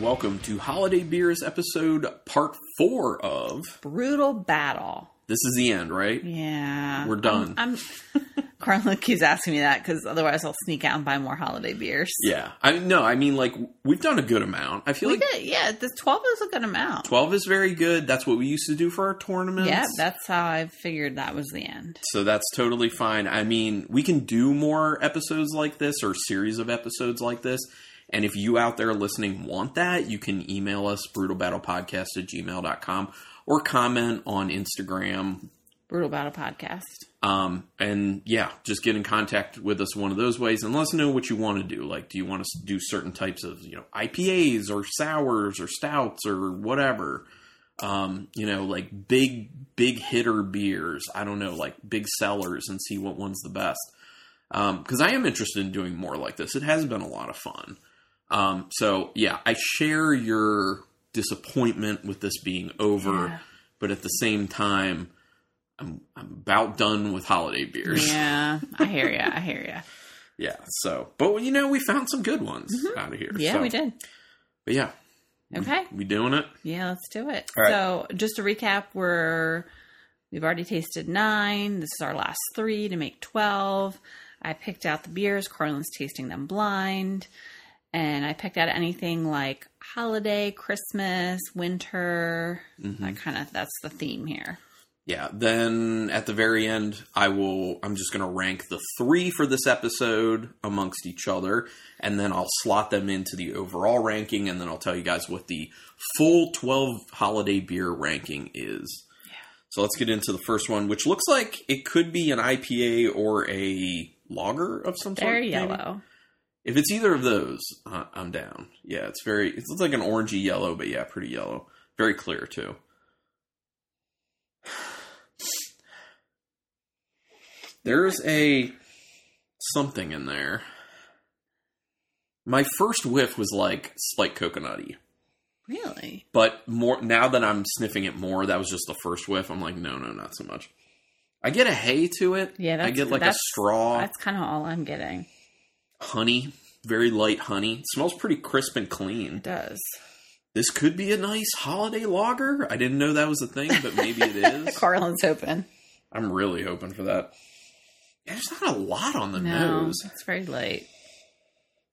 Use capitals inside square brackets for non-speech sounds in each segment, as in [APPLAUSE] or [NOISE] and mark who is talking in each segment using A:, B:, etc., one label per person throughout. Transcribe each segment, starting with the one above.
A: welcome to Holiday Beers episode part four of.
B: Brutal battle.
A: This is the end, right?
B: Yeah. Um,
A: We're done.
B: I'm, [LAUGHS] I'm Carla keeps asking me that because otherwise I'll sneak out and buy more holiday beers.
A: Yeah. I no, I mean like we've done a good amount. I feel
B: We
A: like
B: did, yeah. The twelve is a good amount.
A: twelve is very good. That's what we used to do for our tournaments.
B: Yeah, that's how I figured that was the end.
A: so that's totally fine. I mean, we can do more episodes like this or series of episodes like this. And if you out there listening want that, you can email us brutalbattlepodcast at gmail.com or comment on Instagram
B: Brutal Battle Podcast.
A: Um, and yeah, just get in contact with us one of those ways and let us know what you want to do. Like, do you want us to do certain types of, you know, IPAs or sours or stouts or whatever? Um, you know, like big, big hitter beers. I don't know, like big sellers and see what one's the best. Um, cause I am interested in doing more like this. It has been a lot of fun. Um, so yeah, I share your disappointment with this being over,
B: Yeah.
A: but at the same time, I'm I'm about done with holiday beers. [LAUGHS] Yeah.
B: Yeah, I hear ya. I hear ya.
A: so, but you know, we found some [LAUGHS] good Mm-hmm. ones out of here.
B: Mm-hmm. Yeah,
A: so-
B: we did.
A: But yeah,
B: Okay.
A: we doing it.
B: Yeah, let's do it.
A: All right.
B: So, just to recap, we're we've already tasted nine. This is our last three to make twelve. I picked out the beers. Carlin's tasting them blind, and I picked out anything like holiday, Christmas, winter. That kind of that's the theme here.
A: Mm-hmm. Yeah. Then at the very end, I will. I'm just going to rank the three for this episode amongst each other, and then I'll slot them into the overall ranking, and then I'll tell you guys what the full 12 holiday beer ranking is. So let's get into the first one, which looks like it could be an IPA or a lager of some sort.
B: They're
A: maybe?
B: yellow.
A: If it's either of those, uh, I'm down. Yeah, it's very. It looks like an orangey yellow, but yeah, pretty yellow. Very clear too. [SIGHS] There's a something in there. My first whiff was like slight coconutty,
B: Really?
A: but more now that I'm sniffing it more, that was just the first whiff. I'm like, no, no, not so much. I get a hay to it.
B: Yeah,
A: I
B: that's-
A: get like a
B: that's-
A: straw
B: That's kind of all I'm getting.
A: honey, very light honey. It smells pretty crisp and clean.
B: It does.
A: This could be a nice holiday lager. I didn't know that was a thing, but maybe
B: [LAUGHS]
A: it is.
B: Carlin's open.
A: I'm really hoping for that. Yeah, There's not a lot on the
B: No,
A: nose.
B: it's very light.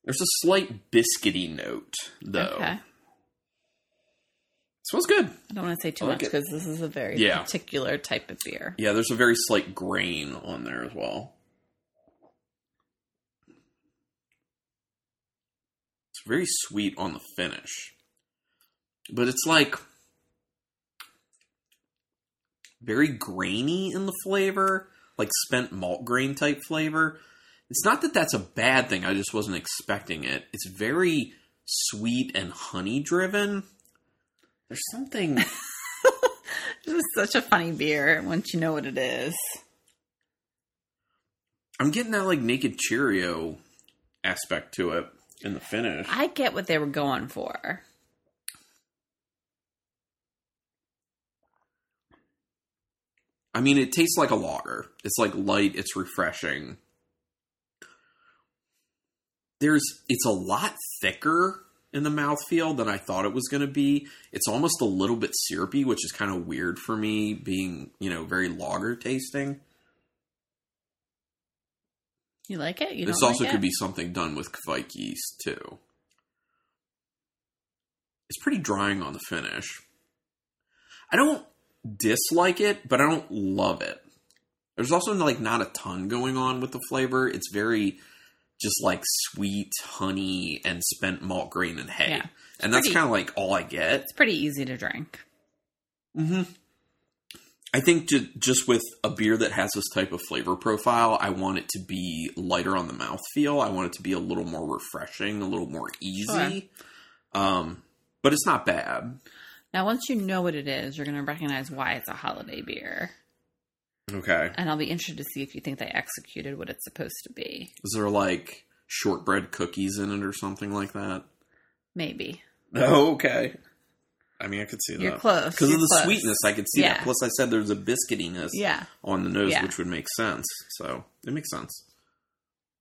A: There's a slight biscuity note, though.
B: Okay.
A: smells good.
B: I don't want to say too
A: I
B: much
A: like
B: 'cause much because this is a very
A: Yeah.
B: particular type of beer.
A: Yeah, there's a very slight grain on there as well. It's very sweet on the finish. But it's like very grainy in the flavor, like spent malt grain type flavor. It's not that that's a bad thing, I just wasn't expecting it. It's very sweet and honey driven. There's something
B: This is such a funny beer once you know what it is.
A: I'm getting that like naked Cheerio aspect to it in the finish.
B: I get what they were going for.
A: I mean, it tastes like a lager. It's like light. It's refreshing. There's it's a lot thicker in the mouthfeel than I thought it was going to be. It's almost a little bit syrupy, which is kind of weird for me, being you know very lager tasting.
B: You like it? You
A: this
B: don't
A: also
B: like
A: could
B: it?
A: be something done with kvike yeast too. It's pretty drying on the finish. I don't dislike it, but I don't love it. There's also like not a ton going on with the flavor. It's very just like sweet honey and spent malt grain and hay,
B: Yeah.
A: and that's
B: pretty-
A: kind of like all I get.
B: It's pretty easy to drink.
A: Mm-hmm. I think ju- just with a beer that has this type of flavor profile, I want it to be lighter on the mouthfeel. I want it to be a little more refreshing, a little more easy. Um, but it's not bad.
B: Now, once you know what it is, you're going to recognize why it's a holiday beer.
A: Okay.
B: And I'll be interested to see if you think they executed what it's supposed to be.
A: Is there like shortbread cookies in it or something like that?
B: Maybe.
A: No, okay. I mean, I could see
B: You're
A: that.
B: close.
A: Because of
B: You're
A: the
B: close.
A: sweetness, I could see that.
B: Yeah.
A: Plus, I said there's a biscuitiness
B: Yeah.
A: on the nose,
B: Yeah.
A: which would make sense. So it makes sense.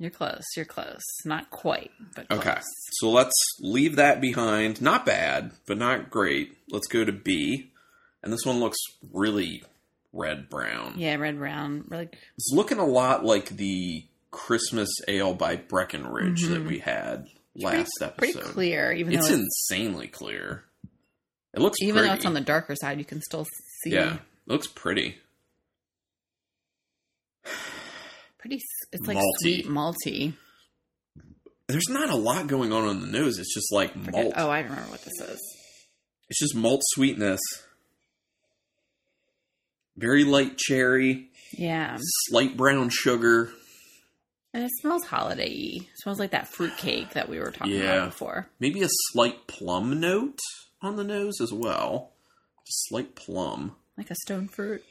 B: You're close. You're close. Not quite, but close.
A: Okay. So let's leave that behind. Not bad, but not great. Let's go to B. And this one looks really red brown.
B: Yeah, red brown. Really,
A: It's looking a lot like the Christmas ale by Breckenridge that
B: Mhm.
A: we had
B: pretty-
A: last
B: pretty
A: episode.
B: clear. Even
A: It's
B: though it's,
A: insanely clear. It looks
B: even
A: pretty.
B: though it's on the darker side, you can still see.
A: Yeah. It looks pretty.
B: Pretty. s- It's like
A: Malty.
B: sweet malty.
A: There's not a lot going on on the nose. It's just like
B: Forget-
A: malt.
B: Oh, I remember what this is.
A: It's just malt sweetness. Very light cherry,
B: Yeah,
A: slight brown sugar.
B: and it smells holiday-y. It smells like that fruit cake that we were talking
A: Yeah.
B: about before.
A: maybe a slight plum note on the nose as well. Slight plum.
B: Like a stone fruit.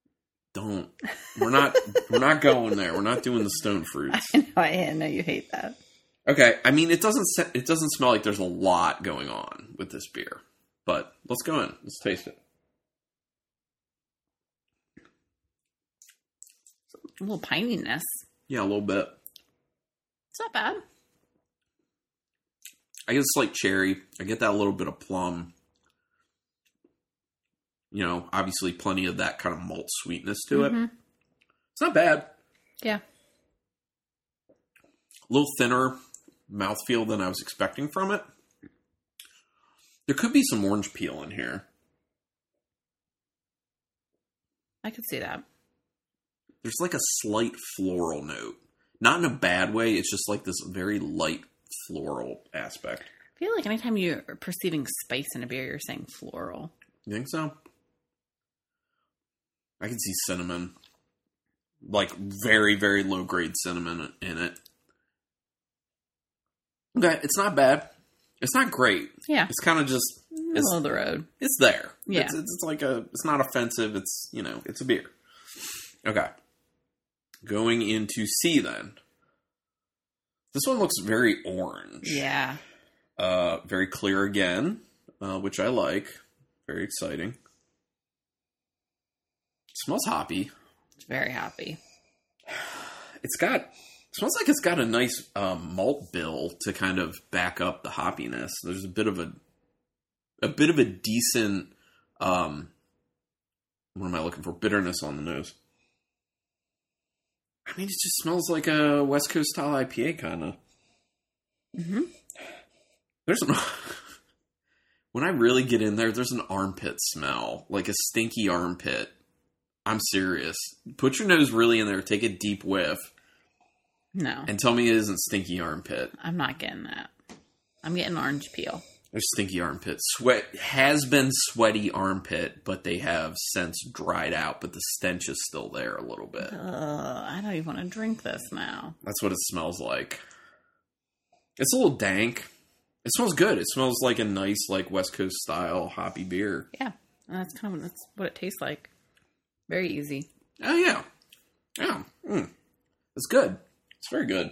B: [LAUGHS]
A: Don't. We're not. we're not going there. We're not doing the stone fruits.
B: I know, I know you hate that.
A: Okay. I mean, it doesn't. se- It doesn't smell like there's a lot going on with this beer. But let's go in. Let's taste it.
B: A little pininess.
A: Yeah, a little bit.
B: It's not bad.
A: I get a slight cherry. I get that little bit of plum. You know, obviously, plenty of that kind of malt sweetness to it.
B: Mhm.
A: It's not bad.
B: Yeah.
A: a little thinner mouthfeel than I was expecting from it. There could be some orange peel in here.
B: I could see that.
A: There's like a slight floral note. Not in a bad way, it's just like this very light floral aspect.
B: I feel like anytime you're perceiving spice in a beer, you're saying floral.
A: You think so? I can see cinnamon. Like very, very low grade cinnamon in it. Okay, it's not bad. It's not great.
B: Yeah.
A: It's kind of just
B: Middle of the road.
A: it's there.
B: Yeah.
A: It's, it's, it's like a, it's not offensive. It's, you know, it's a beer. Okay. Going into C then. This one looks very orange.
B: Yeah.
A: Uh, very clear again, uh, which I like. Very exciting. smells hoppy.
B: It's very happy.
A: It's got, smells like it's got a nice um, malt bill to kind of back up the hoppiness. There's a bit of a, a bit of a decent, um, what am I looking for? Bitterness on the nose. I mean, it just smells like a West Coast style IPA kind of.
B: hmm
A: There's an [LAUGHS] when I really get in there, there's an armpit smell, like a stinky armpit. I'm serious. Put your nose really in there, take a deep whiff,
B: No,
A: and tell me it isn't stinky armpit.
B: I'm not getting that. I'm getting orange peel.
A: There's stinky armpit. Sweat has been sweaty armpit, but they have since dried out, but the stench is still there a little bit.
B: Ugh, I don't even want to drink this now.
A: That's what it smells like. It's a little dank. It smells good. It smells like a nice, like West Coast style hoppy beer.
B: Yeah, and that's kind of that's what it tastes like. Very easy.
A: Oh yeah, yeah. Mm. It's good. It's very good.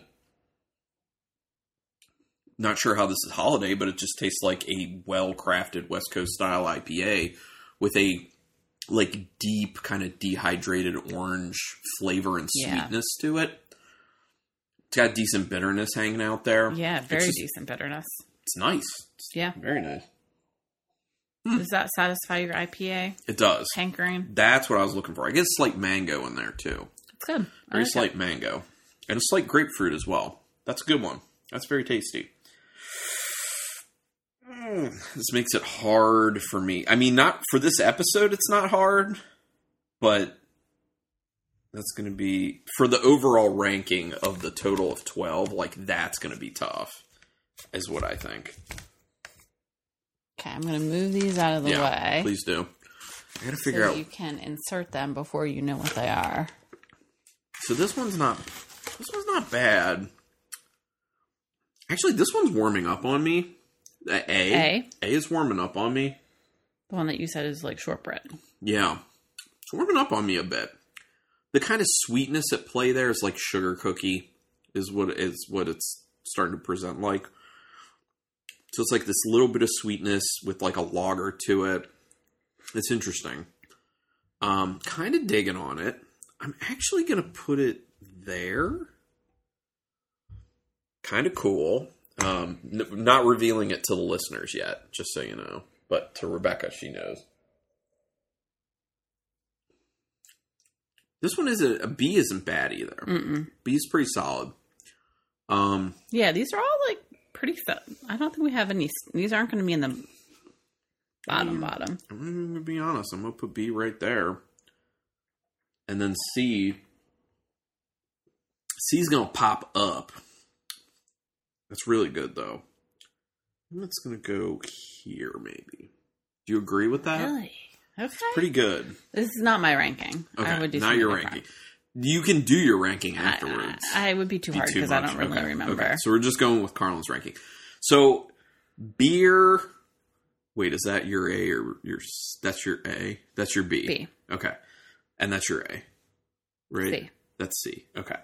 A: Not sure how this is holiday, but it just tastes like a well-crafted West Coast style IPA with a like deep kind of dehydrated orange flavor and
B: Yeah.
A: sweetness to it. It's got decent bitterness hanging out there.
B: Yeah, very
A: just-
B: decent bitterness.
A: It's nice. It's
B: Yeah.
A: very nice.
B: Does that satisfy your IPA
A: It does.
B: hankering?
A: That's what I was looking for. I get a slight mango in there too.
B: It's good. I
A: Very
B: like it.
A: slight mango. And a slight grapefruit as well. That's a good one. That's very tasty. Mm, This makes it hard for me. I mean, not for this episode, it's not hard, but that's going to be for the overall ranking of the total of 12. Like, that's going to be tough, is what I think.
B: Okay, I'm gonna move these out of the way
A: please do. I got to
B: so
A: figure out.
B: you can insert them before you know what they are.
A: So this one's not this one's not bad. Actually, this one's warming up on me. Uh, A
B: A?
A: A is warming up on me.
B: The one that you said is like shortbread.
A: Yeah, it's warming up on me a bit. The kind of sweetness at play there is like sugar cookie is what is what it's starting to present like. So it's like this little bit of sweetness with like a lager to it. It's interesting. Um, kind of digging on it. I'm actually gonna put it there. kind of cool. Um, n- not revealing it to the listeners yet, just so you know. But to Rebecca, she knows. This one is a, a B isn't bad either.
B: Mm-mm.
A: B's pretty solid. Um,
B: Yeah, these are all like pretty. Th- I don't think we have any. These aren't going to be in the bottom bottom.
A: I'm gonna be honest. I'm gonna put B right there, and then C. C's gonna pop up. That's really good though. That's gonna go here, maybe. Do you agree with that?
B: Really? Okay.
A: Uh, Pretty good.
B: this is not my ranking.
A: Okay,
B: I would do
A: now you're
B: something
A: ranking. You can do your ranking
B: different.
A: afterwards.
B: I, I would be too
A: Be
B: hard
A: too
B: because I
A: much.
B: don't really
A: Okay,
B: remember.
A: okay. So we're just going with Carlin's ranking. So beer. Wait, is that your A or your? s- That's your A. That's your B.
B: B.
A: Okay, and that's your A, right?
B: C.
A: That's C. Okay.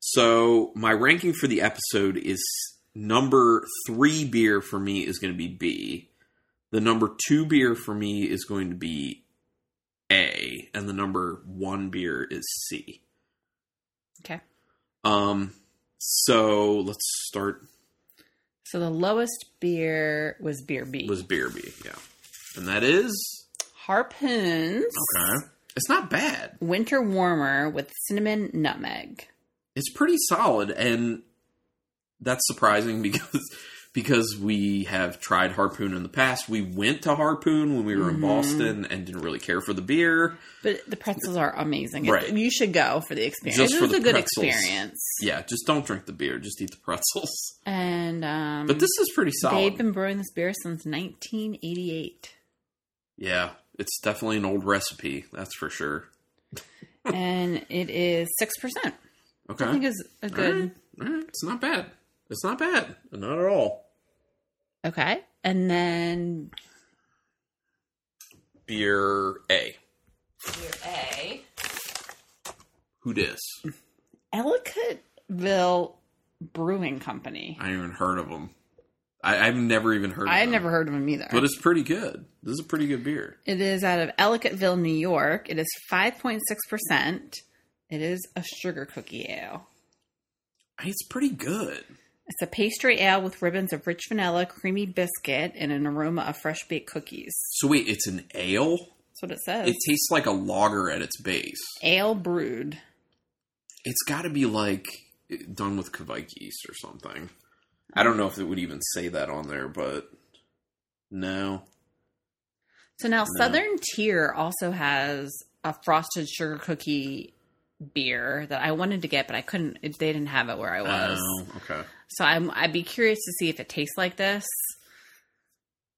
A: So my ranking for the episode is number three beer for me is going to be B. The number two beer for me is going to be A, and the number one beer is C.
B: Okay.
A: Um, so let's start
B: So the lowest beer was beer B.
A: with beer B, yeah, and that is
B: Harpoons.
A: okay. It's not bad.
B: Winter warmer with cinnamon nutmeg.
A: It's pretty solid, and that's surprising [LAUGHS] because because we have tried Harpoon in the past. We went to Harpoon when we were in
B: Mhm.
A: Boston and didn't really care for the beer.
B: But the pretzels are amazing. It's-
A: Right.
B: You should go for the experience.
A: Just
B: this
A: for
B: is
A: the
B: a good
A: pretzels.
B: experience.
A: Yeah, just don't drink the beer. Just eat the pretzels. [LAUGHS]
B: And um,
A: But this is pretty
B: they've
A: solid.
B: been brewing this beer since 1988.
A: yeah, it's definitely an old recipe. That's for sure.
B: and it is 6%.
A: Okay.
B: I think is a
A: All right.
B: good.
A: All right. It's not bad. It's not bad. Not at all.
B: Okay. And then
A: Beer A.
B: your A.
A: Who dis?
B: Ellicottville Brewing Company.
A: I haven't even heard of them. I, I've never even heard of
B: I had
A: them.
B: never heard of them either.
A: But it's pretty good. This is a pretty good beer.
B: It is out of Ellicottville, New York. It is 5.6%. It is a sugar cookie ale.
A: It's pretty good.
B: It's a pastry ale with ribbons of rich vanilla, creamy biscuit, and an aroma of fresh baked cookies.
A: So wait, it's an ale?
B: That's what it says.
A: It tastes like a lager at its base.
B: ale brewed.
A: It's got to be like eh, done with Kvike yeast or something. I don't know if it would even say that on there, but no.
B: So now Southern Tier also has a frosted sugar cookie beer that I wanted to get, but I couldn't. It, they didn't have it where I was.
A: Oh, okay.
B: So I'm, I'd be curious to see if it tastes like this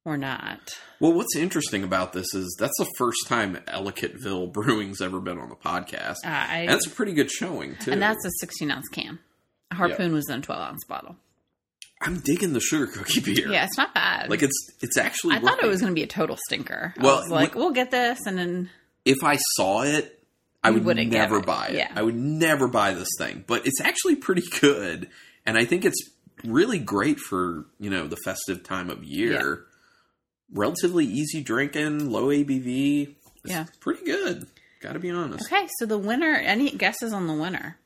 B: or not.
A: Well, what's interesting about this is that's the first time Ellicottville [LAUGHS] Brewing's ever been on the podcast.
B: Uh, I,
A: And that's a pretty good showing too.
B: and that's a 16 ounce can. A harpoon was in a 12 ounce bottle.
A: I'm digging the sugar cookie beer.
B: Yeah, it's not bad.
A: Like it's it's actually
B: I thought it
A: working.
B: was going to be a total stinker. I
A: Well,
B: was like, we'll get this, and then
A: if I saw it, I
B: You
A: would
B: wouldn't get
A: never
B: it.
A: buy it.
B: Yeah.
A: I would never buy this thing, but it's actually pretty good, and I think it's really great for you know the festive time of year. Relatively easy drinking, low ABV. It's
B: Yeah.
A: pretty good. Got to be honest.
B: okay. So the winner. Any guesses on
A: [SIGHS]
B: the winner?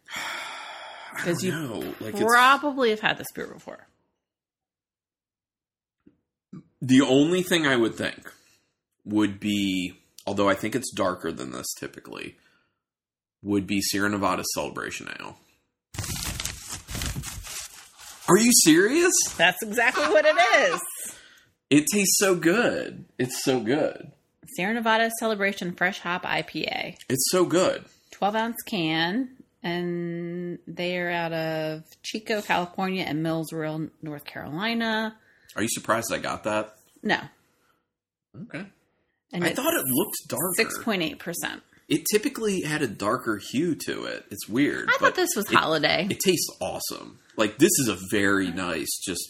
B: Because you
A: No, like it's
B: probably have had this beer before.
A: the only thing I would think would be, although I think it's darker than this typically, would be Sierra Nevada Celebration Ale. Are you serious?
B: That's exactly what it
A: [SIGHS]
B: is.
A: It tastes so good. It's so good.
B: Sierra Nevada Celebration Fresh Hop IPA,
A: It's so good.
B: 12 ounce can, and they are out of Chico, California, and Millsville, North Carolina.
A: Are you surprised I got that?
B: No,
A: Okay.
B: and
A: I
B: it's
A: thought it looked darker.
B: six point eight percent.
A: it typically had a darker hue to it. It's weird.
B: I
A: but
B: thought this was
A: it-
B: holiday.
A: It tastes awesome. Like this is a very nice, just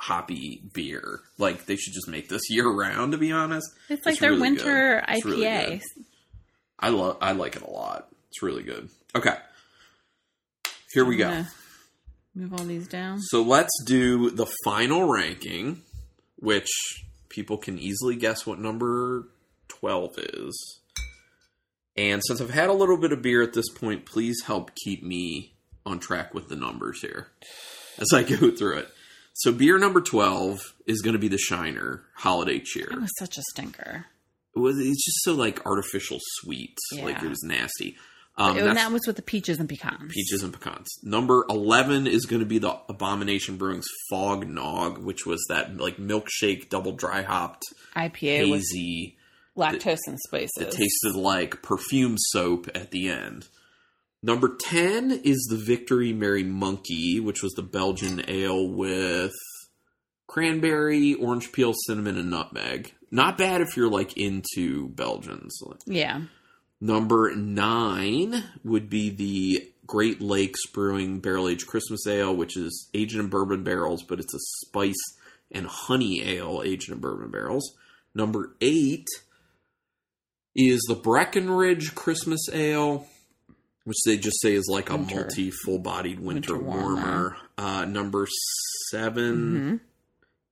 A: hoppy beer. Like they should just make this [LAUGHS] year round. To be honest,
B: it's like their
A: really
B: winter
A: good. It's really
B: IPA.
A: good. I love. I like it a lot. It's really good. Okay, here we
B: I'm
A: go.
B: gonna Move all these down.
A: So let's do the final ranking, which people can easily guess what number 12 is. And since I've had a little bit of beer at this point, please help keep me on track with the numbers here. as I go through it. So beer number 12 is going to be the Shiner Holiday Cheer.
B: It was such a stinker.
A: It was, it's just so like artificial sweet. Like
B: Yeah.
A: it was nasty. Um,
B: Oh, and
A: that's
B: that was with the peaches and pecans.
A: peaches and pecans. Number 11 is going to be the Abomination Brewing's Fog Nog, which was that like milkshake double dry hopped
B: IPA with
A: hazy
B: lactose and spices.
A: that tasted like perfume soap at the end. Number 10 is the Victory Mary Monkey, which was the Belgian ale with cranberry, orange peel, cinnamon, and nutmeg. Not bad if you're like into Belgians.
B: yeah.
A: Number nine would be the Great Lakes Brewing Barrel Aged Christmas Ale, which is aged in bourbon barrels, but it's a spice and honey ale aged in bourbon barrels. Number eight is the Breckenridge Christmas Ale, which they just say is like a
B: Winter.
A: multi full bodied winter,
B: Winter
A: warmer. Mm-hmm.
B: warmer.
A: Uh, number 7
B: Mm-hmm.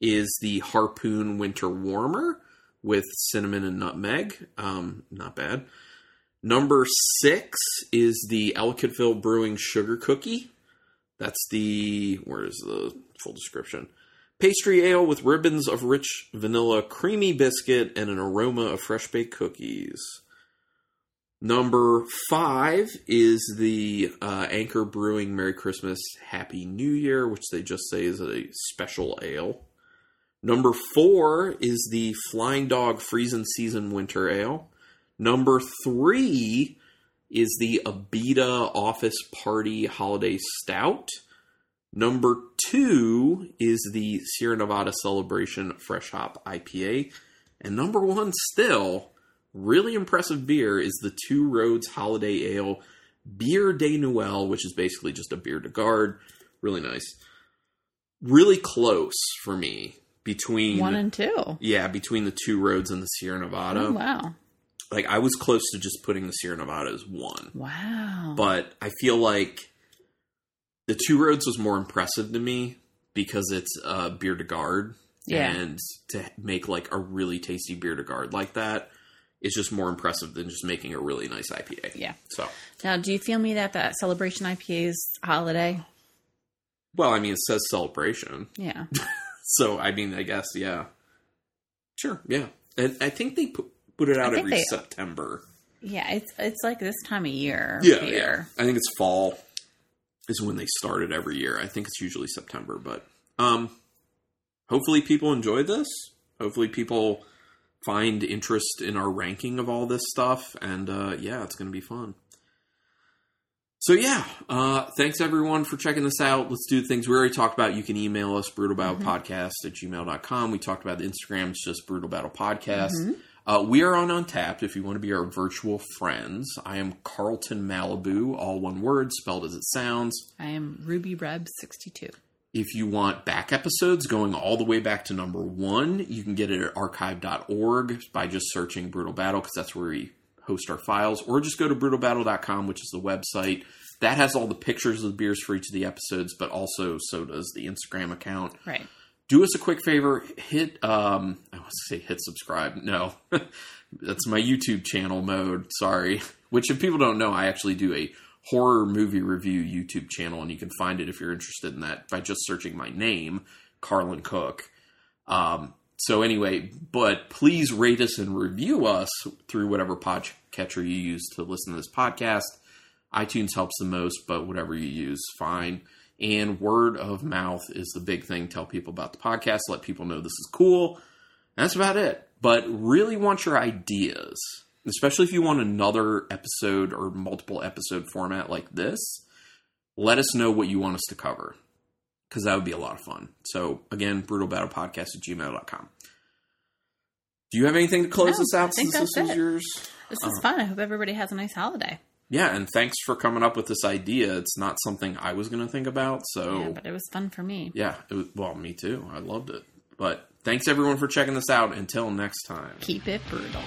A: is the Harpoon Winter Warmer with cinnamon and nutmeg. Um, not bad. Number six is the Ellicottville Brewing Sugar Cookie. That's the where is the full description? Pastry ale with ribbons of rich vanilla, creamy biscuit, and an aroma of fresh baked cookies. Number five is the uh, Anchor Brewing Merry Christmas, Happy New Year, which they just say is a special ale. Number four is the Flying Dog Freezing Season Winter Ale. Number three is the Abita Office Party Holiday Stout. Number two is the Sierra Nevada Celebration Fresh Hop IPA. And number one, still, really impressive beer is the Two Roads Holiday Ale Beer de Noël, which is basically just a beer de garde. Really nice. Really close for me between
B: One and two.
A: yeah, between the two roads and the Sierra Nevada
B: Oh, wow.
A: like I was close to just putting the Sierra Nevada as one,
B: Wow.
A: but I feel like the Two Roads was more impressive to me because it's a beer to guard,
B: Yeah.
A: and to make like a really tasty beer to guard like that is just more impressive than just making a really nice IPA.
B: Yeah.
A: So,
B: Now, do you feel me that that celebration IPA is holiday?
A: well, I mean, it says celebration,
B: Yeah.
A: so I mean, I guess yeah, sure, yeah, and I think they put put it out
B: think
A: every
B: they-
A: September.
B: Yeah, it's it's like this time of year.
A: yeah,
B: beer.
A: yeah. I think it's fall is when they start it every year. I think it's usually September, but um, hopefully people enjoy this. Hopefully people find interest in our ranking of all this stuff, and uh, yeah, it's going to be fun. So yeah, uh, thanks everyone for checking this out. Let's do things we already talked about. You can email us, brutalbattlepodcast at gmail.com. We talked about the Instagram, it's just Brutal Battle Podcast. Uh, we are on Untapped if you want to be our virtual friends. I am Carlton Malibu, all one word, spelled as it sounds.
B: I am Ruby Reb sixty two.
A: If you want back episodes going all the way back to number one, you can get it at archive.org by just searching Brutal Battle because that's where we host our files, or just go to brutalbattle.com, which is the website. That has all the pictures of the beers for each of the episodes, but also so does the Instagram account
B: Right.
A: do us a quick favor hit um i want to say hit subscribe no [LAUGHS] that's my youtube channel mode sorry [LAUGHS] which if people don't know i actually do a horror movie review youtube channel and you can find it if you're interested in that by just searching my name carlin cook um so anyway but please rate us and review us through whatever podcatcher you use to listen to this podcast iTunes helps the most, but whatever you use, fine. And word of mouth is the big thing. Tell people about the podcast, let people know this is cool. That's about it. But really want your ideas, especially if you want another episode or multiple episode format like this. Let us know what you want us to cover because that would be a lot of fun. So, again, brutalbattlepodcast at gmail.com. Do you have anything to close
B: No,
A: us out
B: I think
A: since this is
B: that's it.
A: yours?
B: This is
A: Uh-huh.
B: fun. I hope everybody has a nice holiday.
A: Yeah, and thanks for coming up with this idea. It's not something I was going to think about.
B: Yeah,
A: So,
B: but it was fun for me.
A: yeah, it was, well, me too. I loved it. But thanks everyone for checking this out. Until next time.
B: Keep it brutal.